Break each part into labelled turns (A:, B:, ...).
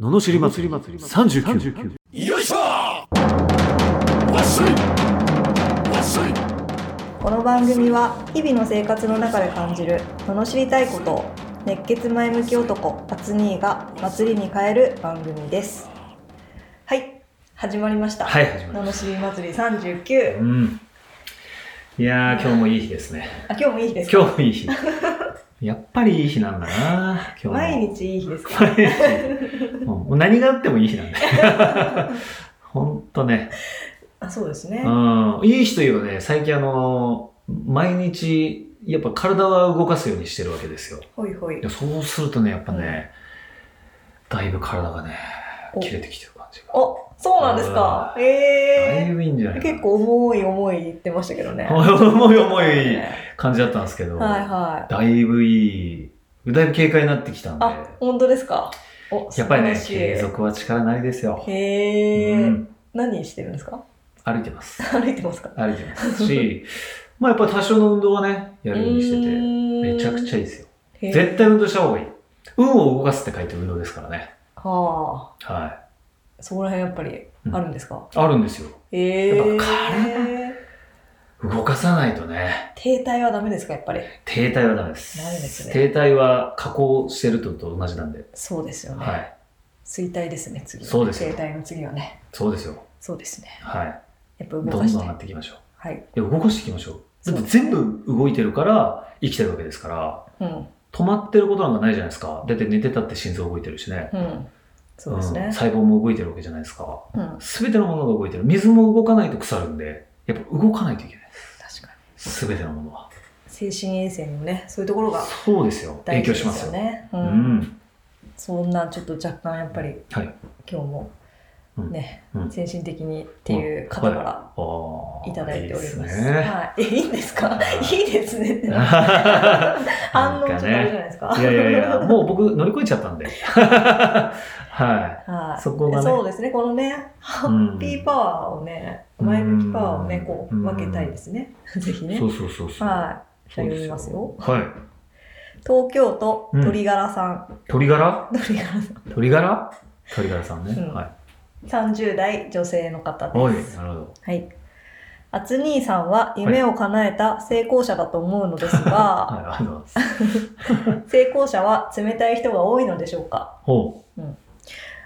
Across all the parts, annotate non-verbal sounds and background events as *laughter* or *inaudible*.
A: ののしり祭り39
B: よいしょわっしょいわっしょい
C: この番組は日々の生活の中で感じる罵りたいことを熱血前向き男アツニーが祭りに変える番組ですはい始まりました、
D: はい、始まりまし
C: 罵り祭り
D: た。
C: 39
D: うん。いやー、今日もいい日ですね。
C: あ今日もいい日です
D: 今日もいい日。やっぱりいい日なんだな今日も。
C: 毎日いい日ですか
D: 毎日うんもう何があってもいい日なんだ *laughs* よ。ほんとね。
C: あそうですね
D: うん。いい日といえばね、最近あの、毎日、やっぱ体は動かすようにしてるわけですよ。
C: ほいほい
D: いやそうするとね、やっぱね、だいぶ体がね、切れてきてる感じが。
C: おそうなんですか
D: だい
C: え
D: ぶいいんじゃない
C: ー、
D: かな
C: 結構重い重い言ってましたけどね
D: *laughs* 重い重い
C: は
D: 感じだったんですけど。
C: いは
D: だいぶいい、だいぶ軽快になってきたん
C: い
D: で、
C: あ本当ですかお
D: やっぱりね、
C: 素晴ら
D: 継
C: しい
D: 続は力なりですよ。
C: へえ、
D: うん、
C: 何してるんですか
D: 歩いてます。
C: 歩いてますか
D: 歩いてますし、 *laughs* まあやっぱ多少の運動はね、やるようにしてて、めちゃくち
C: ゃ
D: ゃいいですよ。絶対運動した方がいい。運を動かすって書いて運動ですからね。
C: はあ
D: は
C: そこら辺やっぱりあるんですか、
D: い。あるんですよ。
C: へえ
D: やっぱ体動かさないとね、
C: 停滞はダメですかやっぱり
D: 停滞はダメです。
C: ダメですね
D: 停滞は加工してるのと同じなんで。
C: そうですよね、
D: はい。
C: 衰退ですね次は
D: そうですよ
C: 停滞の次はね
D: そうですよ。
C: そうですね
D: はい。
C: やっぱ動
D: どんど
C: か
D: ん
C: して
D: 上がっていきましょう。
C: はい
D: いや動かしていきましょう。だって全部動いてるから生きてるわけですから、
C: うん
D: 止まってることなんかないじゃないですか。だって寝てたって心臓動いてるしね。
C: うんそうです
D: うん
C: ね、
D: 細胞も動いてるわけじゃないですか。
C: うん
D: すべてのものが動いてる。水も動かないと腐るんで、やっぱ動かないといけない。
C: 確かに
D: すべてのものは。
C: 精神衛生にもねそういうところが
D: そうですよ。
C: 大事
D: 影響
C: で
D: しますす
C: よ
D: よ。
C: ね
D: う
C: うん
D: ん。
C: そんなちょっと若干やっぱり
D: はい。
C: 今日も
D: うん
C: ね、
D: うん
C: 精神的にっていう方から
D: あー
C: いただいております。
D: いいですね。
C: はい、えいいんですか
D: はい
C: いいですね
D: *laughs*
C: って。
D: な
C: 反
D: ん
C: 応ちょ
D: か
C: っとあれじゃ
D: ね。
C: ないですか。
D: いやいやいや、もう僕乗り越えちゃった
C: *laughs*
D: んで。は
C: はい、
D: そこがね
C: そうですね、このね、ハッピーパワーをね、前向きパワーをね、こう
D: うん
C: 分けたいですね。ぜひ
D: い。
C: ね
D: そ。うそうそうそう。
C: はい。じゃあ
D: そう
C: 読
D: です
C: みますよ。。
D: はい。
C: 東京都鳥柄さん。 *laughs*
D: 鳥柄
C: 鳥柄さん。
D: 鳥柄鳥柄さんね。
C: うん
D: はい。
C: 30代女性の方
D: おい
C: で、す。
D: なるほど。
C: はい。あつ兄さんは夢を叶えた成功者だと思うのです
D: は
C: が、
D: い、ありがとうございます。
C: 成功者は冷たい人が多いのでしょうか
D: ほ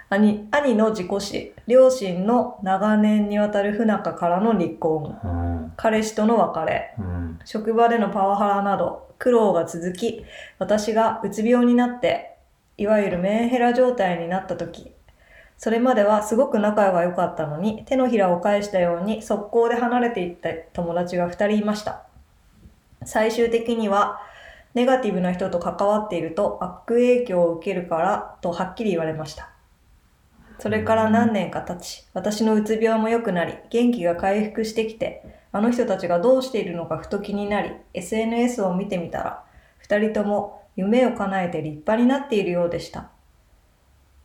C: 兄兄の事故死両親の長年にわたる不仲からの離婚
D: う。うん。
C: 彼氏との別れ
D: うん。
C: 職場でのパワハラなど苦労が続き私がうつ病になっていわゆるメンヘラ状態になった時それまではすごく仲が良かったのに手のひらを返したように速攻で離れていった友達が2人いました最終的にはネガティブな人と関わっていると悪影響を受けるからとはっきり言われましたそれから何年か経ち私のうつ病も良くなり元気が回復してきてあの人たちがどうしているのかふと気になり SNS を見てみたら2人とも夢を叶えて立派になっているようでした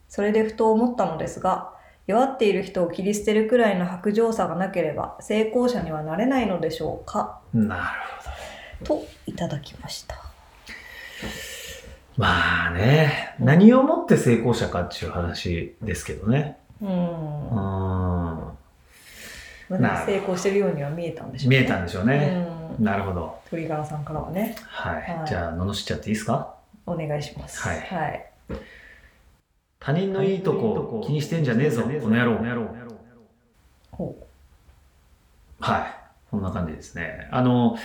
C: それでふと思ったのですが弱っている人を切り捨てるくらいの薄情さがなければ成功者にはなれないのでしょうか
D: なるほど。
C: といただきました
D: まあね、何をもって成功者かっていう話ですけどね。
C: う
D: うんん。
C: なんか成功してるようには見えたんでしょう
D: 見
C: ね
D: えたんでしょうね。
C: うん
D: なるほど。
C: 鳥柄さんからはね
D: はい。
C: はい
D: じゃあ、罵っちゃっていいですか
C: お願いします
D: はい
C: はい、
D: 他人のいいとこ気にしてんじゃねえぞ、この野郎。
C: ほ
D: はい。こんな感じですね。あの、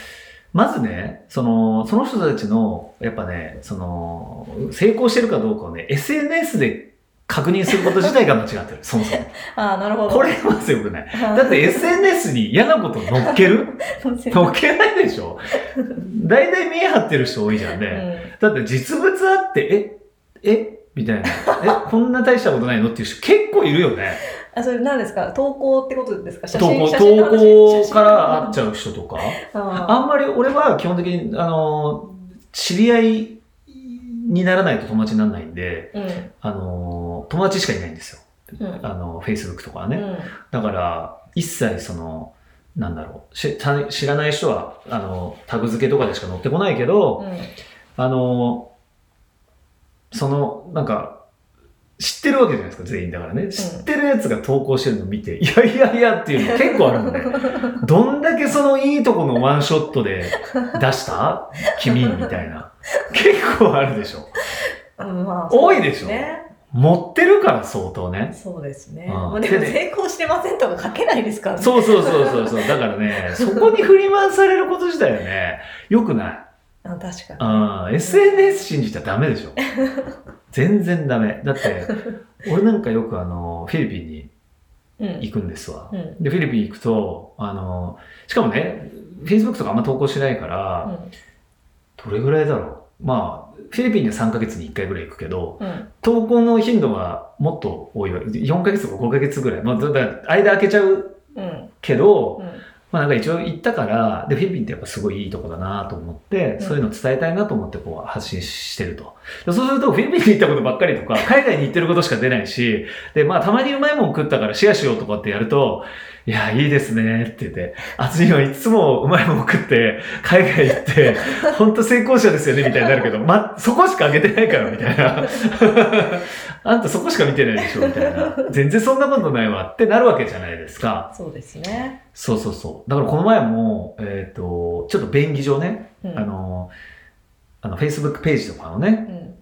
D: まずね、その、その人たちの、やっぱね、その、成功してるかどうかをね、SNS で確認すること自体が間違っ
C: *laughs*
D: てる。そもそも。
C: うああなるほど
D: これまず良くない。だ
C: だ
D: って SNS に嫌なこと乗っけ
C: *laughs*
D: る乗っけないでしょ大体見え張ってる人多いじゃんね。だって実物あって、え、えみたいな。え、こんな大したことないのっていう人結構いるよね。
C: あそれ何ですか投稿ってことですか写
D: 投
C: 真
D: 稿、
C: 写真の
D: 投
C: 話
D: 稿から会っちゃう人とか。
C: 写真あ
D: あんまり俺は基本的に、あの、知り合いにならないと友達にならないんで、
C: うん
D: あの、友達しかいないんですよ。
C: うん
D: あの、Facebook とかは
C: う
D: ね。
C: ん
D: だから、一切その、なんだろう、し知知らない人は、あの、タグ付けとかでしか載ってこないけど、
C: うん
D: あの、その、なんか、知ってるわけじゃないですか、全員だからね。知ってるやつが投稿してるの見て、いやいやいやっていうの結構あるんで、どんだけそのいいとこのワンショットで出した君みたいな。結構あるでしょ。
C: うんまあ、
D: 多いでしょ
C: ね。
D: 持ってるから相当ね。
C: そうですね。
D: うん
C: まあ、でも
D: で
C: 成功してませんとか書けないですからね。
D: そうそうそうそうそう。だからね、そこに振り回されること自体はね、良くない。
C: あ確かに。
D: ああ、SNS 信じちゃダメでしょ。全然ダメ。だって、俺なんかよくあの、フィリピンに
C: うん。
D: 行くんですわ。
C: うん。
D: で、フィリピン行くと、あの、しかもね、Facebook とかあんま投稿しないから、どれぐらいだろう。まあ、フィリピンには3ヶ月に1回ぐらい行くけど、
C: うん。
D: 投稿の頻度はもっと多いわ。4ヶ月とか5ヶ月ぐらい。まあ、だだから間空けちゃう
C: うん。
D: けど、
C: うん。
D: まあなんか一応行ったから、で、フィリピンってやっぱすごいいいとこだなと思って、
C: うん
D: そういうの伝えたいなと思ってこう発信してると。でそうすると、フィリピンに行ったことばっかりとか、海外に行ってることしか出ないし、で、まあたまにうまいもん食ったからシェアしようとかってやると、いや、いいですねって言って、あつにはいつもうまいもん食って、海外
C: *laughs*
D: 行って、ほんと成功者ですよねみたいになるけど、ま、そこしか上げてないからみたいな。あんたそこしか見てないでしょみたいな。全然そんなことないわってなるわけじゃないですか。
C: そうですね。
D: そうそうそう。だからこの前も、えっ、と、ちょっと便宜上ね、
C: うん。
D: あの、あの、Facebook ページとかをね、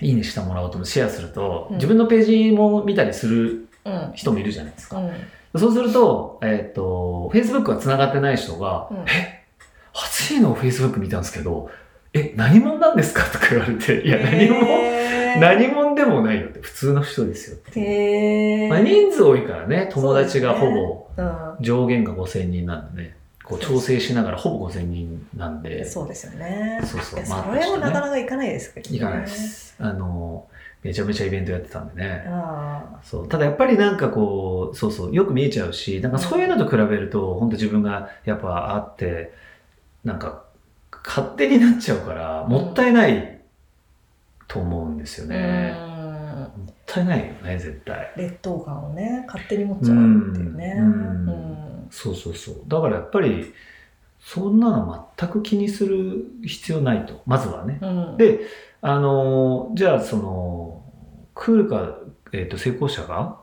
C: うん。
D: いいねしてもらおうともシェアすると、
C: うん
D: 自分のページも見たりする
C: うん。
D: 人もいるじゃないです
C: う
D: か。
C: ん。
D: そうすると、えっ、と、Facebook が繋がってない人が、
C: うん
D: え、暑いのを Facebook 見たんですけど、え、何者なんですかとか言われて、いや、何も、
C: へー
D: 何者でもないよって、普通の人ですよって。
C: へー
D: まあ、人数多いからね、友達がほぼ、
C: う
D: 上限が5000人なんでね、こう調整しながらほぼ5000人なんで、
C: ん。そうですよね。
D: そうそう
C: いや
D: まあ
C: それもなかなか行かないですけどね。
D: いかないで。す。あの、めちゃめちゃイベントやってたんでね。
C: あ
D: そうただやっぱりなんかこう、そうそう、よく見えちゃうし、なんかそういうのと比べると、本当自分がやっぱあって、なんか勝手になっちゃうから、もったいないと思うんですよ
C: あ。
D: ね。
C: うん。
D: もったいないよね、絶対。
C: 劣等感をね、勝手に持っちゃうっていうね。
D: う
C: うんん。
D: そうそうそう。だからやっぱり、そんなの全く気にする必要ないと。まずはね。
C: うん。
D: であのーじゃあそのクールか、えー、と成功者が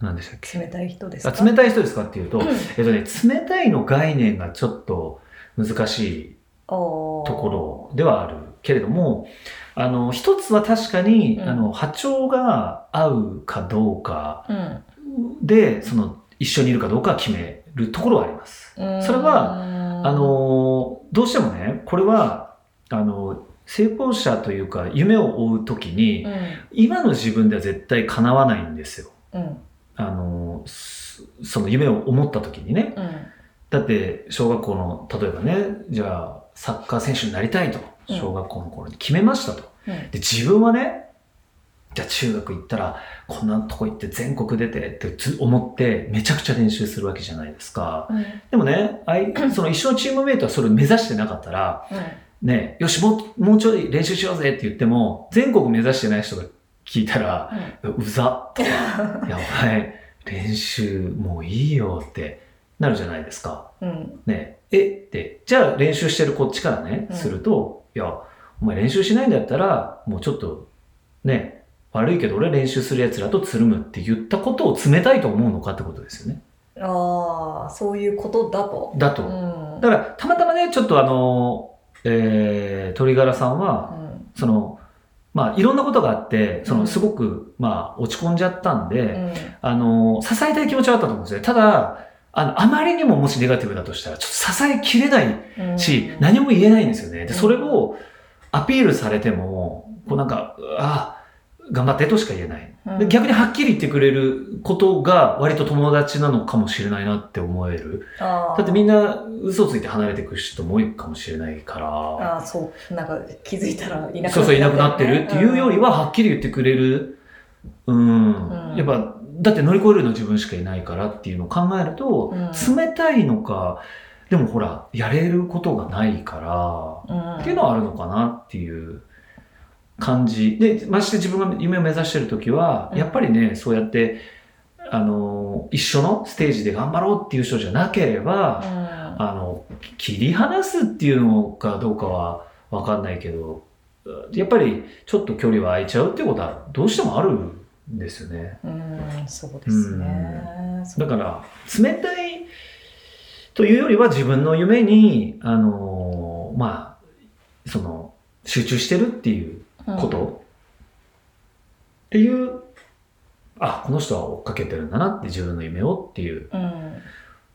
D: 何でしたっけ
C: 冷たい人です
D: あ冷
C: い。
D: たい人ですかっていう
C: う
D: と,、
C: ん
D: えーとね、冷たいの概念がちょっと難しい
C: お
D: ところではあるけれどもあの一つは確かに、
C: うん
D: あの波長が合うかどうか
C: ろ。うん。
D: でその一緒にいるかどうかは決めるところはあります。それ
C: は
D: あ、のーどうしてもねこれはあの成功者というか夢を追う時に、
C: うん
D: 今の自分では絶対叶わないんですよ。
C: うん
D: あの、そその夢を思った時にね。
C: うん
D: だって、小学校の、例えばね、じゃあ、サッカー選手になりたいと、
C: うん
D: 小学校の頃に決めましたと。
C: うん
D: で、自分はね、じゃあ中学行ったら、こんなとこ行って全国出てってず思って、めちゃくちゃ練習するわけじゃないですか。
C: うん
D: でもね、
C: *coughs*
D: あいその一緒のチームメイトはそれを目指してなかったら、ね、よし、もう、もうちょい練習しようぜって言っても、全国目指してない人が聞いたら、うざ *laughs* とか、いや、お前、練習もういいよってなるじゃないですか。
C: うんうん
D: ねえ、えって、じゃあ練習してるこっちからね、
C: うん
D: すると、いや、お前練習しないんだったら、もうちょっと、ね、悪いけど俺練習する奴らとつるむって言ったことを冷たいと思うのかってことですよね。
C: ああそういうことだと。
D: だ
C: う
D: と。
C: ん
D: だから、たまたまね、ちょっとあの、えー、鳥柄さんは、
C: うん
D: その、まあ、いろんなことがあって、そうの、
C: ん
D: すごく、まあ、落ち込んじゃったんで、
C: うん
D: あの、支えたい気持ちはあったと思うんですね。ただ、あの、あまりにももしネガティブだとしたら、ちょっと支えきれない
C: うん
D: し、何も言えないんですよね。で、
C: うん
D: それをアピールされても、こうなんか、うわあ、頑張ってとしか言えない。
C: うん
D: で逆にはっきり言ってくれることが割と友達なのかもしれないなって思える。
C: あー
D: だってみんな嘘ついて離れていく人も多いかもしれないから、
C: あーそうなんか気づいたらいなくなってるね
D: そうそういなくなってるっていうよりははっきり言ってくれる。うん。
C: うん
D: やっぱ、だって乗り越えるの自分しかいないからっていうのを考えると、
C: うん
D: 冷たいのか、でもほら、やれることがないか
C: うん
D: ら、っていうのはあるのかなっていう感じ。で、まして自分が夢を目指してるときは、
C: うん
D: やっぱりね、そうやって、あの、一緒のステージで頑張ろうっていう人じゃなければ、
C: うん
D: あの、切り離すっていうのかどうかはわかんないけど、やっぱりちょっと距離は空いちゃうってことはどうしてもあるんですよね。
C: うん、そうですね。
D: だから、冷たいというよりは自分の夢に、あのーまあ、その、集中してるっていう
C: ら
D: こと、っていう、あ、この人は追っかけてるんだなって自分の夢をっていう。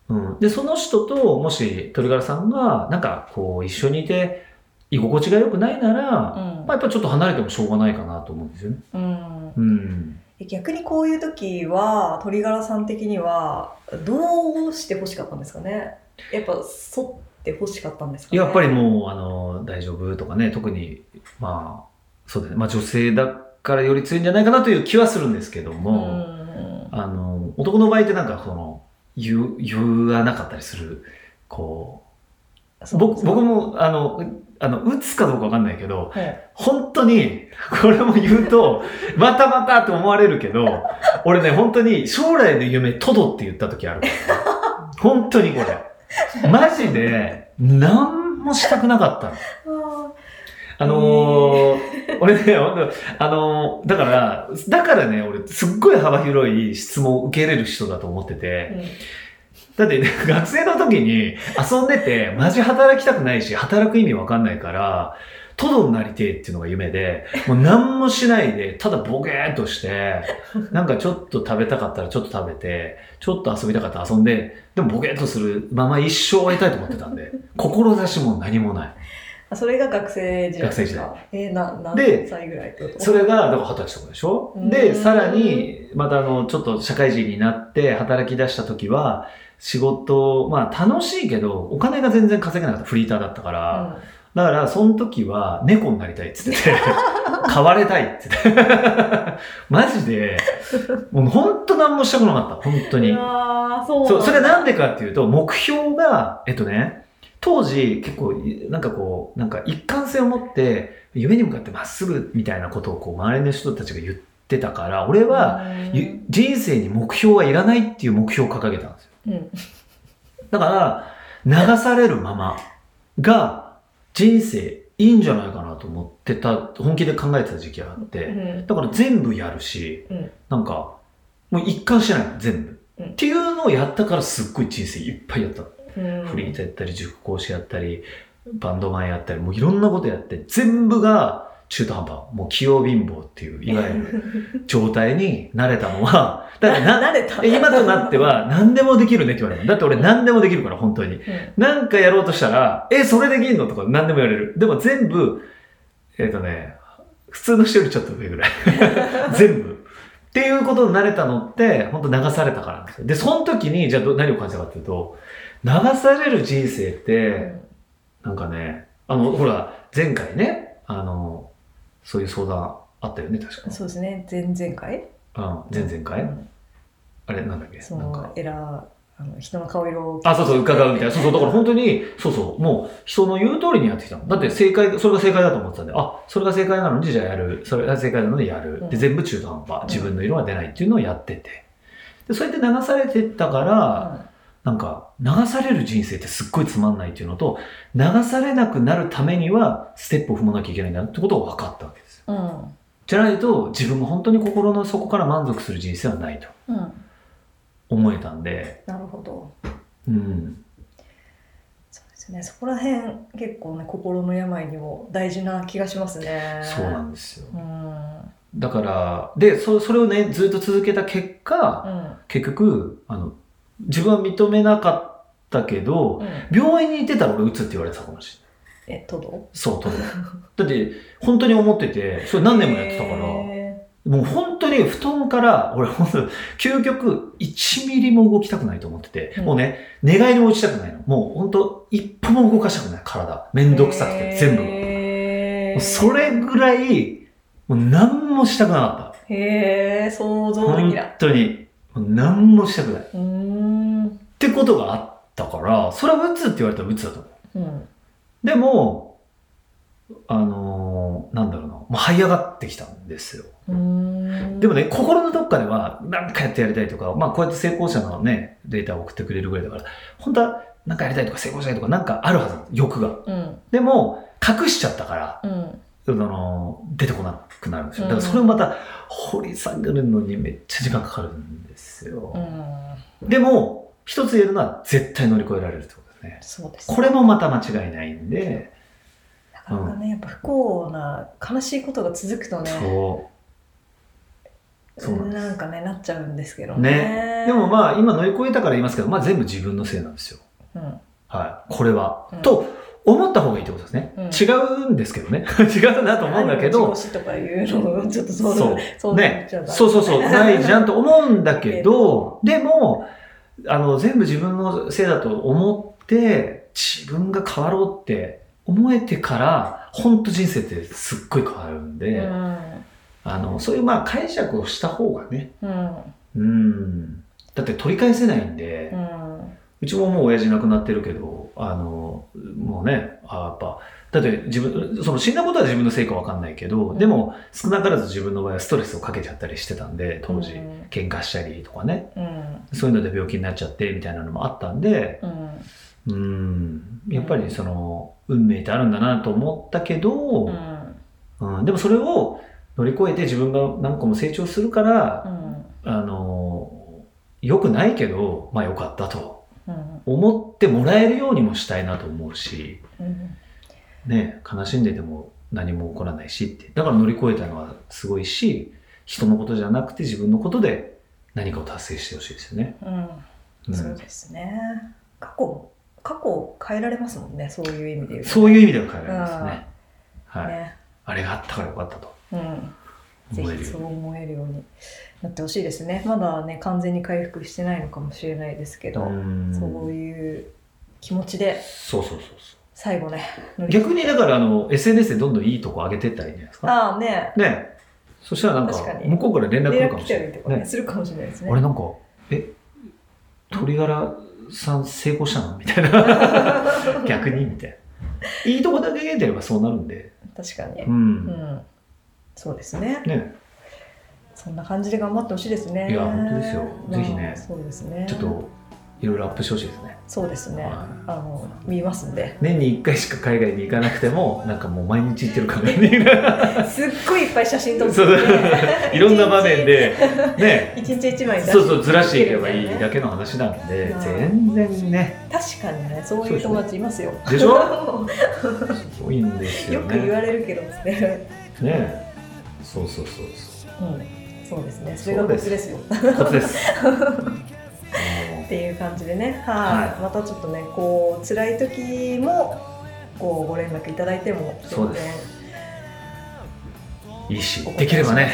C: うん、
D: うん、で、その人と、もし鳥柄さんが、なんかこう、一緒にいて、居心地が良くないなら、
C: うん
D: まあ、やっぱちょっと離れてもしょうがないかなと思うんですよね。
C: うん、
D: うん。
C: 逆にこういう時は鳥柄さん的にはどうして欲しかったんですかねやっぱ剃って欲しかったんですかね
D: やっぱりもう、あの、大丈夫とかね、特に、まあ、そうだね、まあ女性だからより強いんじゃないかなという気はするんですけど
C: う
D: も、
C: ん
D: あの、男の場合ってなんかその、言う、言わなかったりする、こう、僕、僕
C: も、
D: も、あの、うあの、打つかどうかわかんないけど、
C: はい
D: 本当に、これも言うと、またまたって思われるけど、俺ね、本当に、将来の夢、トドって言った時あるからね。本当にこれ。マジで、何もしたくなかったの。
C: あ
D: あのー、俺ね、本当あのーだから、だからね、俺、すっごい幅広い質問を受けれる人だと思ってて、
C: ー
D: だって、ね、 *laughs* 学生の時に遊んでて、マジ働きたくないし、働く意味わかんないから、トドになりてえっていうのが夢で、もう何もしないで、ただボケーっとして、なんかちょっと食べたかったらちょっと食べて、ちょっと遊びたかったら遊んで、でもボケーっとするまま一生終えたいと思ってたんで、志も何もない。
C: うん、それが学生時代ですか
D: 学生時代
C: えー、な何
D: で
C: 歳ぐらいってこと
D: それが、だから二十歳とかでしょ
C: う
D: で、
C: ん
D: さらに、またあの、ちょっと社会人になって働き出した時は、仕事、まあ楽しいけど、お金が全然稼げなかった。フリーターだったから。だから、その時は猫になりたいって
C: *laughs*
D: 言ってて、飼われたいって言って *laughs* て。マジで、もう本当何もしたくなかった。本当
C: うん、い
D: に
C: や。ーそう
D: そう、それなん
C: で
D: でかっていうと、目標が、えっとね、当時結構、なんかこう、なんか一貫性を持って、夢に向かってまっすぐみたいなことをこう、周りの人たちが言ってたから、俺は、ゆ人生に目標はいらないっていう目標を掲げたんですよ。
C: うん
D: だから、流されるままが、人生いいんじゃないかなと思ってた、本気で考えてた時期があっ
C: う
D: て、
C: ん
D: だから全部やるし、
C: うん
D: なんか、もう一貫してないの、全部。
C: うん
D: っていうのをやったからすっごい人生いっぱいやったの。
C: うん、
D: フリーターやったり、塾講師やったり、バンドマンやったり、もういろんなことやって、全部が中途半端。もう器用貧乏っていう、いわゆ
C: *laughs*
D: る状態に慣れたのは、だからな、
C: 慣れた
D: 今となっては何でもできるねって言われるだって俺何でもできるから、本当に。
C: うん
D: なんかやろうとしたら、え、それできんのとか何でも言われる。でも全部、えっ、とね、普通の人よりちょっと上
C: *laughs*
D: ぐらい。全部。っていうことに慣れたのって、本当流されたからなんですよ。で、その時に、じゃあど何を感じたかっていうと、流される人生って、なんかね、あの、ほら、前回ね、あの、そういう相談あったよね、確か。
C: そうですね前々回
D: うん、前々回、
C: うん
D: あれ、なんだっけ
C: そ
D: なんか
C: のエラーあの人の顔色を
D: あ、そうそう、伺うみたいな。そうそう、だから本当に、そうそう、もう人の言う通りにやってきたの。だって正解、それが正解だと思ってたんで、あ、それが正解なのに、じゃあやる。それが正解なのでやる。
C: う
D: で、
C: ん
D: 全部中途半端。自分の色が出ないっていうのをやってて。で、そうやって流されてったか
C: う
D: ら、
C: ん
D: なんか、流される人生ってすっごいつまんないっていうのと、流されなくなるためには、ステップを踏まなきゃいけないんだなってことを分かったわけですよ。
C: うん
D: じゃないと、自分が本当に心の底から満足する人生はないと
C: うん
D: 思えたんで、
C: なるほど
D: うん。
C: そうですねそこら辺結構ね心の病にも大事な気がしますね
D: そうなんんですよ。
C: うん
D: だから、で、そそれをね、ずっと続けた結果、
C: うん
D: 結局、あの、自分は認めなかったけど、
C: うん
D: 病院に行ってたら俺打つって言われてたかもしれない。
C: えトド
D: そう、
C: *laughs*
D: とだって、本当に思ってて、それ何年もやってたから、
C: へ
D: もう本当に布団から、俺ほんと、究極1ミリも動きたくないと思ってて、
C: うん
D: もうね、寝返りも落ちたくないの。もう本当、一歩も動かしたくない、体。め
C: ー
D: んどくさくて、全部が。も
C: へ
D: う
C: ー
D: それぐらい、もう何もしたくなかった。
C: へえ想像で
D: 本
C: きない
D: 当に、何もしたくない。っ
C: うーん
D: てことがあったから、それは鬱って言われたら鬱だと思う。
C: うん
D: でも、あのーなんだろうな、もう這い上がってきたんですよ。
C: うーん
D: でもね、心のどっかでは、なんかやってやりたいとか、まあこうやって成功者のね、データを送ってくれるぐらいだから、本当はなんかやりたいとか成功したいとか、なんかあるはずなんです欲が。
C: うん
D: でも、隠しちゃったから、
C: うん
D: あの、出てこなくなるんです
C: う
D: よ。
C: ん
D: だからそれをまた掘り下げるのにめっちゃ時間かかるんです
C: う
D: よ。
C: ん、
D: でも、一つ言えるのは絶対乗り越えられるってことですね。
C: そうですね
D: これもまた間違いないんで、
C: なかなかね、やっぱ不幸な悲しいことが続くとね、
D: そう。そうなんです。
C: なんかね、なっちゃうんですけどね。
D: ね。でもまあ、今乗り越えたから言いますけど、まあ全部自分のせいなんですよ。
C: うん、
D: はい。これは。
C: うん
D: と、思った方がいいってことですね。
C: うん
D: 違うんですけどね。 *laughs* 違うなと思うんだけど。
C: 自己死とかいうのをちょっとそう
D: そう
C: そう
D: ね
C: ちょっ。と
D: そうそうそう。ないじゃんと思うんだけど、でも、あの、全部自分のせいだと思って、自分が変わろうって思えてから、本当人生ってすっごい変わるんで、
C: うん
D: あの、そういうまあ解釈をした方がね、
C: うん
D: うん。だって取り返せないんで、
C: うん
D: うちももう親父亡くなってるけど、あの、もうね、あやっぱ、だって自分、その死んだことは自分のせいかわかんないけど、
C: うん
D: でも少なからず自分の場合はストレスをかけちゃったりしてたんで、当時、
C: うん
D: 喧嘩したりとかね、
C: うん
D: そういうので病気になっちゃってみたいなのもあったんで、
C: うん
D: うん、やっぱりその、運命ってあるんだなと思ったけど、
C: うん
D: うんでもそれを乗り越えて自分が何個も成長するから、
C: うん
D: あの、良くないけど、まあ良かったと。
C: うん
D: 思ってもらえるようにもしたいなと思うし、
C: うん
D: ね、悲しんでても何も起こらないしってだから乗り越えたのはすごいし人のことじゃなくて自分のことで何かを達成してほしいですよね。
C: う
D: うんん
C: そうですね。過去過去を変えられますもんね、そういう意味で言うと。
D: そういう意味では変えられますね。はい、
C: ね。
D: あれがあったからよかったと
C: うん。ぜ
D: 思え
C: ひ
D: るよ
C: そうう思えるようになってほしいですね。まだね完全に回復してないのかもしれないですけど、
D: うん
C: そういう気持ちで
D: そうそうそうそ
C: 最後ね乗
D: う
C: り
D: 逆にだからあの SNS でどんどんいいとこ上げていったらいいんじゃないですか
C: ああね
D: ねそしたらなんか
C: 確かに
D: 向こうから連絡来
C: 連
D: るか
C: 絡
D: も
C: 来
D: しれ
C: た
D: な
C: り
D: い
C: とかねするかもしれないですね
D: 俺なんか、え、鳥柄さん成功したの *laughs* み
C: *laughs*
D: たいな。逆にみたいな。いいとこだけ出てればそうなるんで。
C: 確かに
D: う
C: うん、
D: ん。
C: そうですね
D: ね、
C: そんな感じで頑張ってほしいですね
D: いや本当ですよぜひね
C: そうですね
D: ちょっと、いろいろアップしてほしいですね。
C: そうですねあ
D: はい
C: の見ますんで
D: 年に1回しか海外に行かなくても、なんかもう毎日行ってる感じに
C: *laughs*
D: なる。
C: すっごいいっぱい写真撮って
D: そう
C: *laughs*
D: いろんな場面で、ね。
C: 一日一枚出して
D: そうそうずらしていけばいいだけの話なんで
C: うん
D: 全然ね
C: 確かにねそういう友達いますよ
D: でしょ多いんですよ
C: よく
D: ね
C: 言われるけどね、
D: ねそうそうそうそう
C: *laughs* うん、そうですねそれがコツですよ
D: コ
C: *laughs*
D: ツです。
C: っていう感じでね、
D: はい
C: はい、またちょっとね、こう辛い時も。こうご連絡いただいても。
D: そうでいいし、で
C: 全然
D: きればね、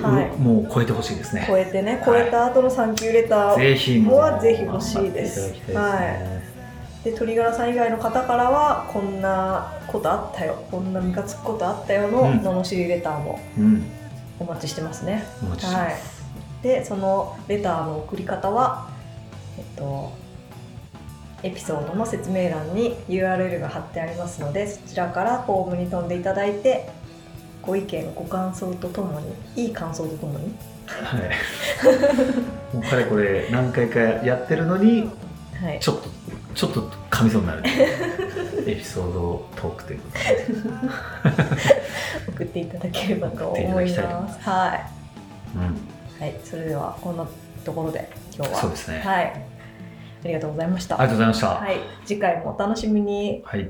C: は
D: うもう超えてほしいです
C: い。
D: ね。
C: 超えてね、超えた後のサンキューレター。
D: ぜひもう
C: はぜひ欲しいです
D: 頑張っていただきたいですね
C: で、鳥柄さん以外の方からは、こんなことあったよ、こんなムカつくことあったよ
D: うん
C: の。罵りレターも
D: うん、
C: お待ちしてますね。
D: お待ちして
C: は
D: ま
C: い
D: す。。
C: で、そのレターの送り方は。えっと。エピソードの説明欄に URL が貼ってありますのでそちらからフォームに飛んでいただいてご意見ご感想とともにいい感想とともに、
D: はい。 *laughs* もうかれこれ何回かやってるのに、
C: *laughs* はい、
D: ちょっとちょっと噛みそう
C: *laughs*
D: になる。エピソードトークということで、
C: 送っていただければと思い
D: 送っ
C: ま
D: てい
C: す
D: ただきたいと思いま
C: はい、
D: う
C: はい、それではこんなところで今日
D: ん、そ
C: は
D: うですね。あ
C: はいありがとうございました
D: りがとうございました。
C: はい、次回もお楽しみに
D: はい